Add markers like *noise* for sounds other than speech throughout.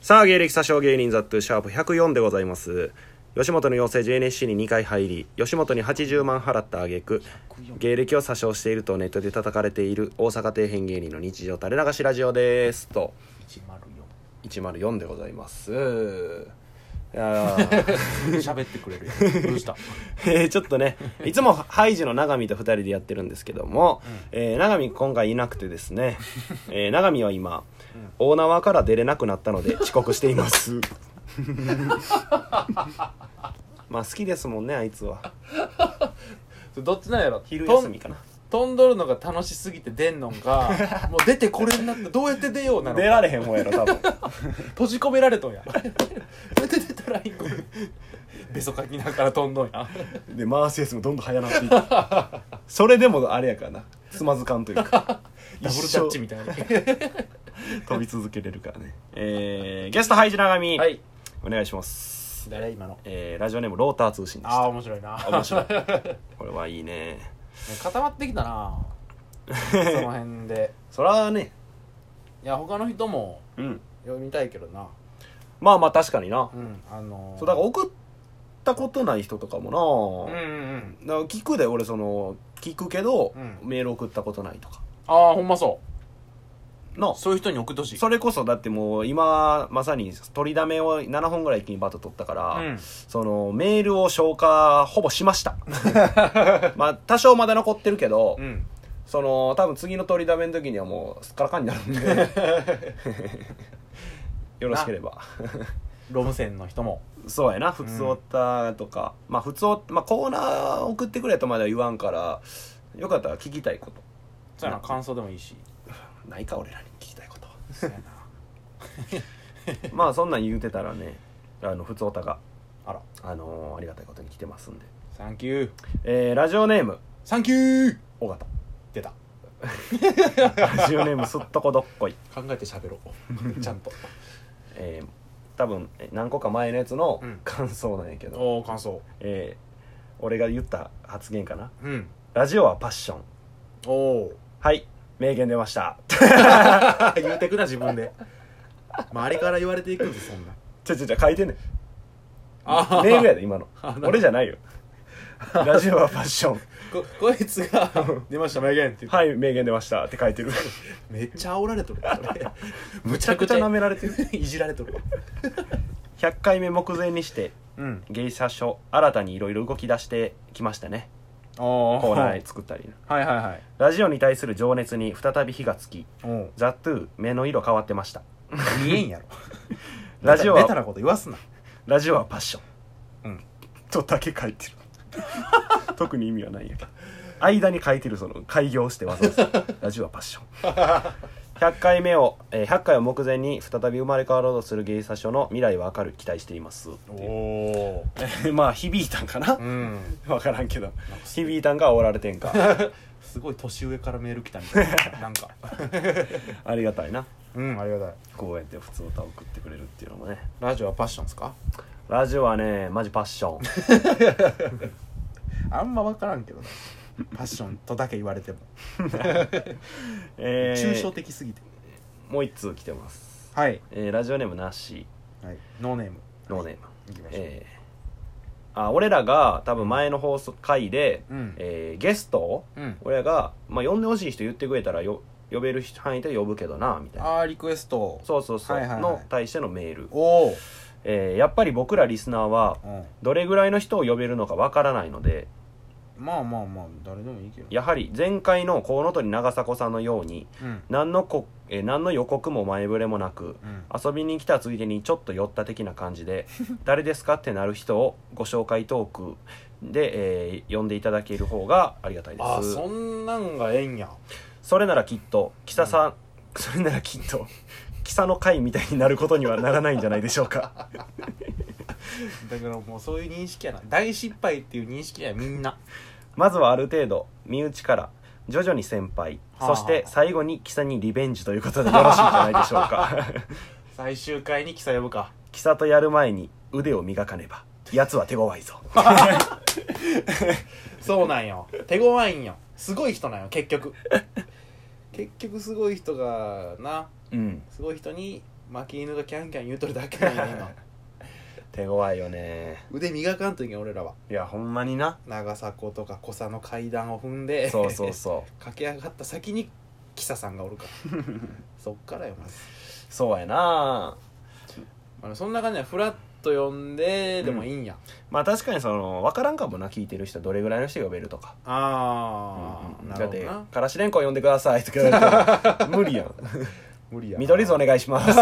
さあ、芸歴詐称芸人ザットゥシャープ104でございます。吉本の養成 JNSC に2回入り、吉本に80万払った挙句、芸歴を詐称しているとネットで叩かれている大阪底辺芸人の日常垂れ流しラジオです。と、 104 104でございます。いやー喋ってくれるやんどうしたえー *laughs* ちょっとね、いつもハイジの永見と2人でやってるんですけども、えー永見今回いなくてですね、 *laughs* えー永見は今、大縄から出れなくなったので遅刻してい *laughs* ます。まあ好きですもんね、あいつは。 *laughs* どっちなんやろ昼休みかな。とん飛んどるのが楽しすぎて出んのんかもう出てこれになってどうやって出ようなのか出られへんもんやろ、多 *laughs* 分。閉じ込められとんやどうやって出たらいいんこれべそかきながら飛んどんやで、回すやつもどんどん早なっていく。それでもあれやからな、つまずかんという *laughs* か。ダブルタッチみたいな飛び続けれるからね。えー、ゲストハイジ永見、はいお願いします。誰今のえー、ラジオネームローター通信でしああた。面白いな面白い。 *laughs* これはいいね。固まってきたなその辺でそらね、いや他の人もうん。読みたいけどなまあまあ確かになう。んあのーそう、だから送ったことない人とかもうんな、だかうんらうん聞くで、俺その、聞くけど、うんメール送ったことないとか。ああほんまそのう、そういう人に送ってほしいそれこそだってもう今まさに取りだめを7本ぐらい一気にバッと取ったから、うんそのメールを消化ほぼしました *laughs* まあ多少まだ残ってるけど、うんその多分次の取りだめの時にはもうすっからかんになるん *laughs* でよろしければロム線の人もそうやな普通おったとか、まあ普通おまあコーナー送ってくれとまでは言わんからよかったら聞きたいことそうやな感想でもいいしないか俺らに聞きたい *laughs* ことそうやなまあそんなん言うてたらねあの普通おたが *laughs* あらあのーありがたいことに来てますんで、サンキューえーラジオネームサンキュー尾 *laughs* 形出たラジオネームすっとこどっこい、考えて喋ろ *laughs* うちゃんとえー多分え何個か前のやつのうん感想なんやけど、おお感想えー俺が言った発言かなうんラジオはパッションおおはい名言出ました *laughs* *laughs* 言うてくな自分で周りから言われていくんでそんなちょちょちょ書いてん *laughs* ねんあメールやで今 *laughs* のあなるほど俺じゃないよラジオはパッション *laughs* ここいつ *laughs* が「出ました名言」って言って、はい名言出ましたって書 *laughs* いてるめっちゃ煽られ *laughs* とるそれむちゃくちゃ舐められてるいじられとる100回目目前にして *laughs* うん芸者書新たにいろいろ動き出してきましたねおコーナー作ったりなはいはいはいラジオに対する情熱に再び火がつき、おザ・トゥー、目の色変わってました。見えんやろラジオベタなは、こと言わすなラジオはパッション。うん。とだけ書いてる。特に意味はないんやけど。間に書いてる、その、開業してわざわざ。ラジオはパッション。100回目を、えー100回を目前に再び生まれ変わろうとする芸者書の未来は明るく期待しています。お *laughs* まあ、響いたんかなうんわからんけど。響いたんか、おられてん *laughs* か。すごい年上からメール来たみたい *laughs* ななんかありがたいな。うんありがたいこうやって普通歌を送ってくれるっていうのもね。ラジオはパッションですかラジオはね、マジパッション。あんま分からんけどなパッションとだけ言われても *laughs* えー抽象的すぎてもう一通来てます、はい、えーラジオネームなしはい、ノーネームノーネーム、いきましょう、えーあ俺らが多分前の放送回で、うんえーゲストをうん俺らが、まあ、呼んでほしい人言ってくれたらよ呼べる範囲で呼ぶけどなみたいなあーリクエストそうそうそう、はいはいはいの対してのメール、おお、えーやっぱり僕らリスナーはうん、どれぐらいの人を呼べるのかわからないのでまあまあまあ誰でもいいけどやはり前回のコウノトリ長迫さんのようにうん何のこ、えー何の予告も前触れもなくうん遊びに来たついでにちょっと寄った的な感じで誰ですかってなる人をご紹介トークで、えー呼んでいただける方がありがたいであーすそんなんがええんやそれならきっとキサさん、それならきっとキサの会みたいになることにはならないんじゃないでしょう *laughs* かだからもうそういう認識やな大失敗っていう認識やみ *laughs* んなまずはある程度身内から徐々に先輩はあそして最後にキサにリベンジということでよろしいんじゃないでしょうか *laughs* 最終回に記載呼ぶかキサとやる前に腕を磨かねば奴は手強いぞそうなんよ手強いんよすごい人なんよ結局結局すごい人がなうんすごい人に負け犬がキャンキャン言うとるだけなんや今手強いよね *laughs* 腕磨かんといけん俺らはいやほんまにな長迫とか小佐の階段を踏んでそうそうそう駆け上がった先にキサさんがおるから *laughs* そっからよまず、そうやなまあ、そんな感じでフラッと呼んででもいいんや、まあ確かにその分からんかもな聞いてる人どれぐらいの人呼べるとかああ、なだるっほどてな「からしれんこん呼んでください」とか言われたら無理やん無理「や緑図お願いし *laughs* ます」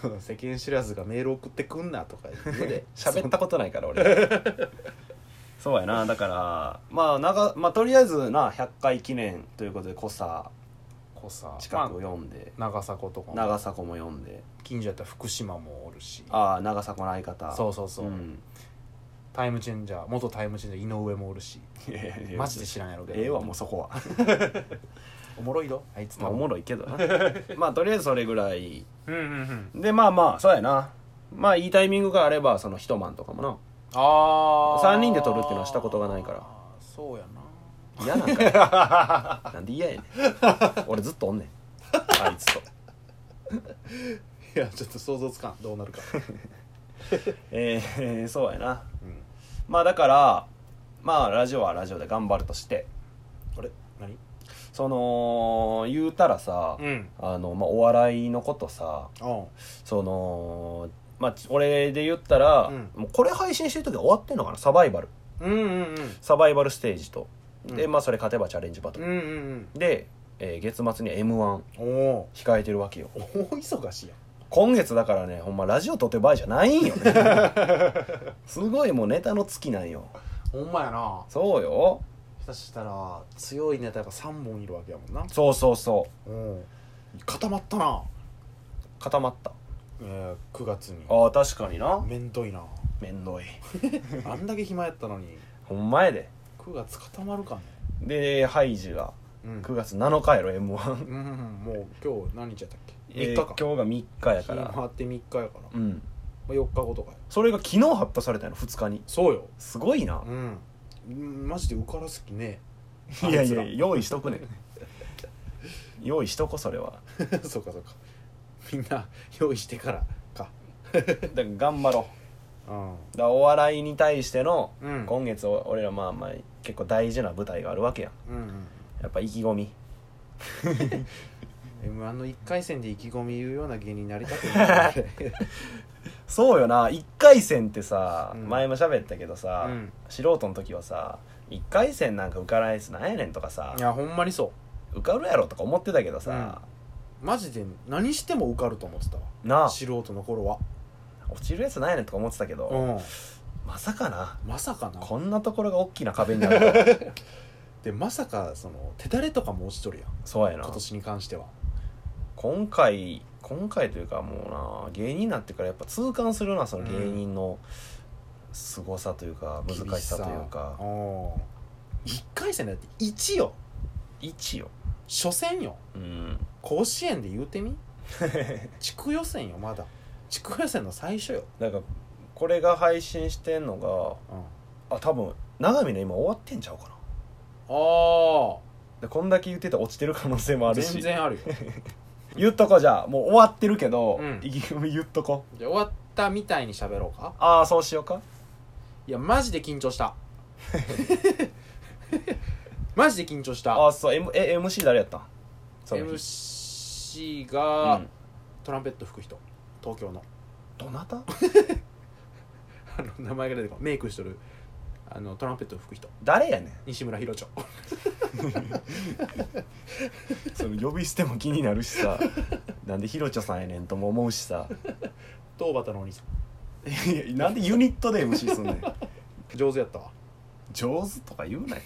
その *laughs* 世間知らずがメール送ってくんなとか言って *laughs* 喋ったことないから俺そうやなだからまあ長、まあ、とりあえずな100回記念ということで濃さこさ近くを読んで、まあ長迫とかも長迫も読んで近所やったら福島もおるしああ長迫の相方そうそうそう、ん、タイムチェンジャー元タイムチェンジャー井上もおるし *laughs* いやいやいやマジで知らんやろうけどええわもうそこはおもろいどあい *laughs* つまらあおもろいけど *laughs* なまあとりあえずそれぐらいうんうんうんでまあまあそうやなまあいいタイミングがあればその一晩とかもなああ三人で撮るっていうのはしたことがないからそうやな嫌なん *laughs* かよ *laughs* なんで嫌やねん俺ずっとおんねんあいつといやちょっと想像つかんどうなる *laughs* かえー、そうやなうんまあだからまあラジオはラジオで頑張るとしてあれ何その言うたらさ、んあのまあ、お笑いのことさあそのまあ俺で言ったら、うんもうこれ配信してる時は終わってんのかなサバイバルうんうんうんサバイバルステージと、でうんまあそれ勝てばチャレンジバトうル、んうんで、えー月末に m 1うんお控えてるわけよお大忙しいやん今月だからねほんまラジオ撮ってる場合じゃないんよ *laughs* ねすごいもうネタの尽きなんよほんまやなそうよ下手したら強いネタが3本いるわけやもんなそうそうそううん固まったな固まったえー、9月にああ確かになめんどいなめんどいあんだけ暇やったのにほんまやで9月固まるかねでハイジがうん9月7日やろ m 1うんもう今日何日やったっけえー3日か、今日が3日やか日ら回って3日やから、うまんあ、4日後とかやそれが昨日発表されたの2日にそうよすごいなうんうんマジで受からす気ねえ *laughs* いやいあやい用意しと *laughs* くね用意しとこそれはつら *laughs* そうかそうかみんな用意してからかだから頑張ろうんうだからお笑いに対してのうん今月お俺らまあまあ結構大事な舞台があるわけやんうんやっぱ意気込み m 1の1回戦で意気込み言うような芸人になりたくない *laughs* そうよな1回戦ってさ、うん前も喋ったけどさ、うん素人の時はさ1回戦なんか受からないやつなんやねんとかさいやほんまにそ受かるやろとか思ってたけどさ、うマジで何しても受かると思ってたわなあ素人の頃は落ちるやつないねんとか思ってたけど、うんまさかなまさかなこんなところが大きな壁になる *laughs* とはでまさかその手だれとかも落ちとるやんそうやな今年に関しては今回今回というかもうな芸人になってからやっぱ痛感するなそのうん芸人の凄さというか難しさというか1回戦だって1よ一よ初戦ようん甲子園で言う *laughs* てみ地区予選よまだ地区予選の最初よ、なんかこれが配信してんのあがあ多分長見の今終わってんちゃうかなあでこんだけ言ってたら落ちてる可能性もあるし全然 *laughs* あるよ言っとこうじゃあもう終わってるけど、うん意気込み言っとこうじゃあ終わったみたいに喋ろうかああそうしようかいやマジで緊張した *laughs* マジで緊張したああそう、M、え MC 誰やったんその日 MC うが、んトランペット吹く人東京のどなたあの名前が出てこないメイクしとるあのトランペット吹く人誰やねん西村博長その呼び捨ても気になるしさ *laughs* なんでひろちょさんやねんとも思うしさ *laughs* 東畑のお兄さいやなんでユニットで MC すんねんん上手やったわ上手とか言うなよ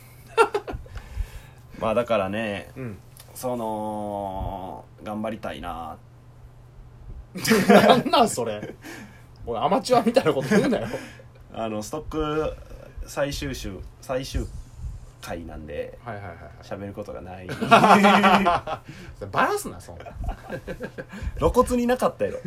まあだからねうんその頑張りたいななんなんそれおいアマチュアみたいなこと言うなよあのストック最終週最終回なんではいはいはい、喋ることが *laughs* ないそれバラすな *laughs* そんな露骨になかったやろ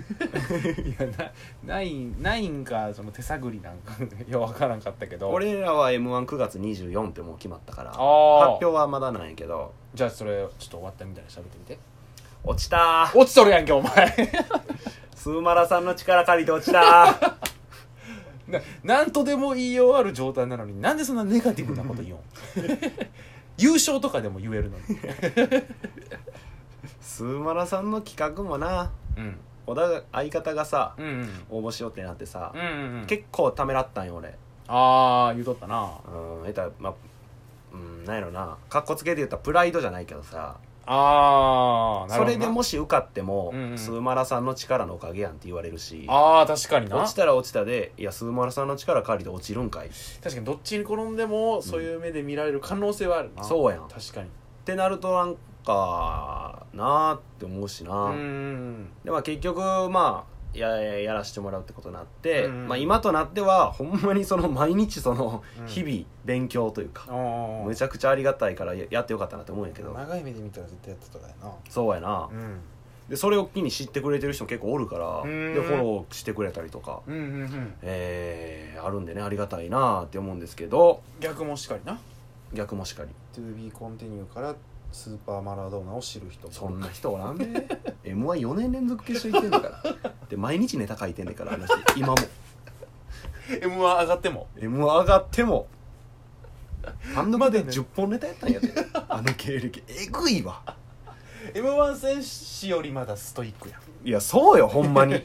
ないないんかその手探りなんかいや分からんかったけど *laughs* 俺らは m 1 9月24ってもう決まったから発あー表はまだなんやけどじゃあそれちょっと終わったみたいに喋ってみて終落ちたー落ちとるやんけお前スーマラさんの力借りて落ちた *laughs* ーななんとでも言いようある状態なのになんでそんなネガティブなこと言 *laughs* おう優勝とかでも言えるのにスーマラさんの企画もなうん小田が相方がさうんうん応募しようってなってさう、ん、うん、結構ためらったんよ俺ああ言うとったなうんえたらまあうんなんやろなかっこつけて言ったらプライドじゃないけどさああそなるほどなれでもし受かっても、うんうんスーマラさんの力のおかげやんって言われるしああ確かにな落ちたら落ちたでいやスーマラさんの力借りて落ちるんかいっ確かにどっちに転んでもそういう目で見られる可能性はあるな、そうやん確かにてなるとなんかなーって思うしな、うんでまあ結局まあややらしてもらうってことになって、うんまあ、今となってはほんまにその毎日そのうん日々勉強というか、あめちゃくちゃありがたいからややってよかったなって思うんやけど長い目で見たら絶対やってたからやなそうやな、うんでそれを機に知ってくれてる人結構おるからうんでフォローしてくれたりとか、うんうんうんえーあるんでねありがたいなって思うんですけど逆もしかりな逆もしかり To be continue からスーパーマラドーナを知る人そんな人おらん *laughs* で m 1 4年連続決勝行ってんだからで毎日ネタ書いてんねんからあの人今も M は上がっても m 1上がっても単独でまだね10本ネタやったんやであの経歴えぐいわ m 1選手よりまだストイックやんいやそうよほんま *laughs* に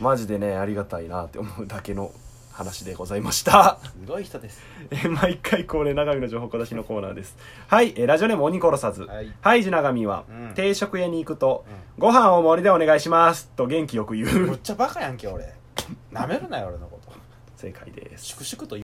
マジでねありがたいなって思うだけの話でございましたすごい人ですえー *laughs* 毎回恒例長身の情報小出しのコーナーですはい、えーラジオネーム鬼殺さずはいはい、地長身は、うん定食屋に行くと、ご飯を盛りでお願いしますと元気よく言むうっちゃバカやんけ俺なめるなよ俺のこと正解です粛々と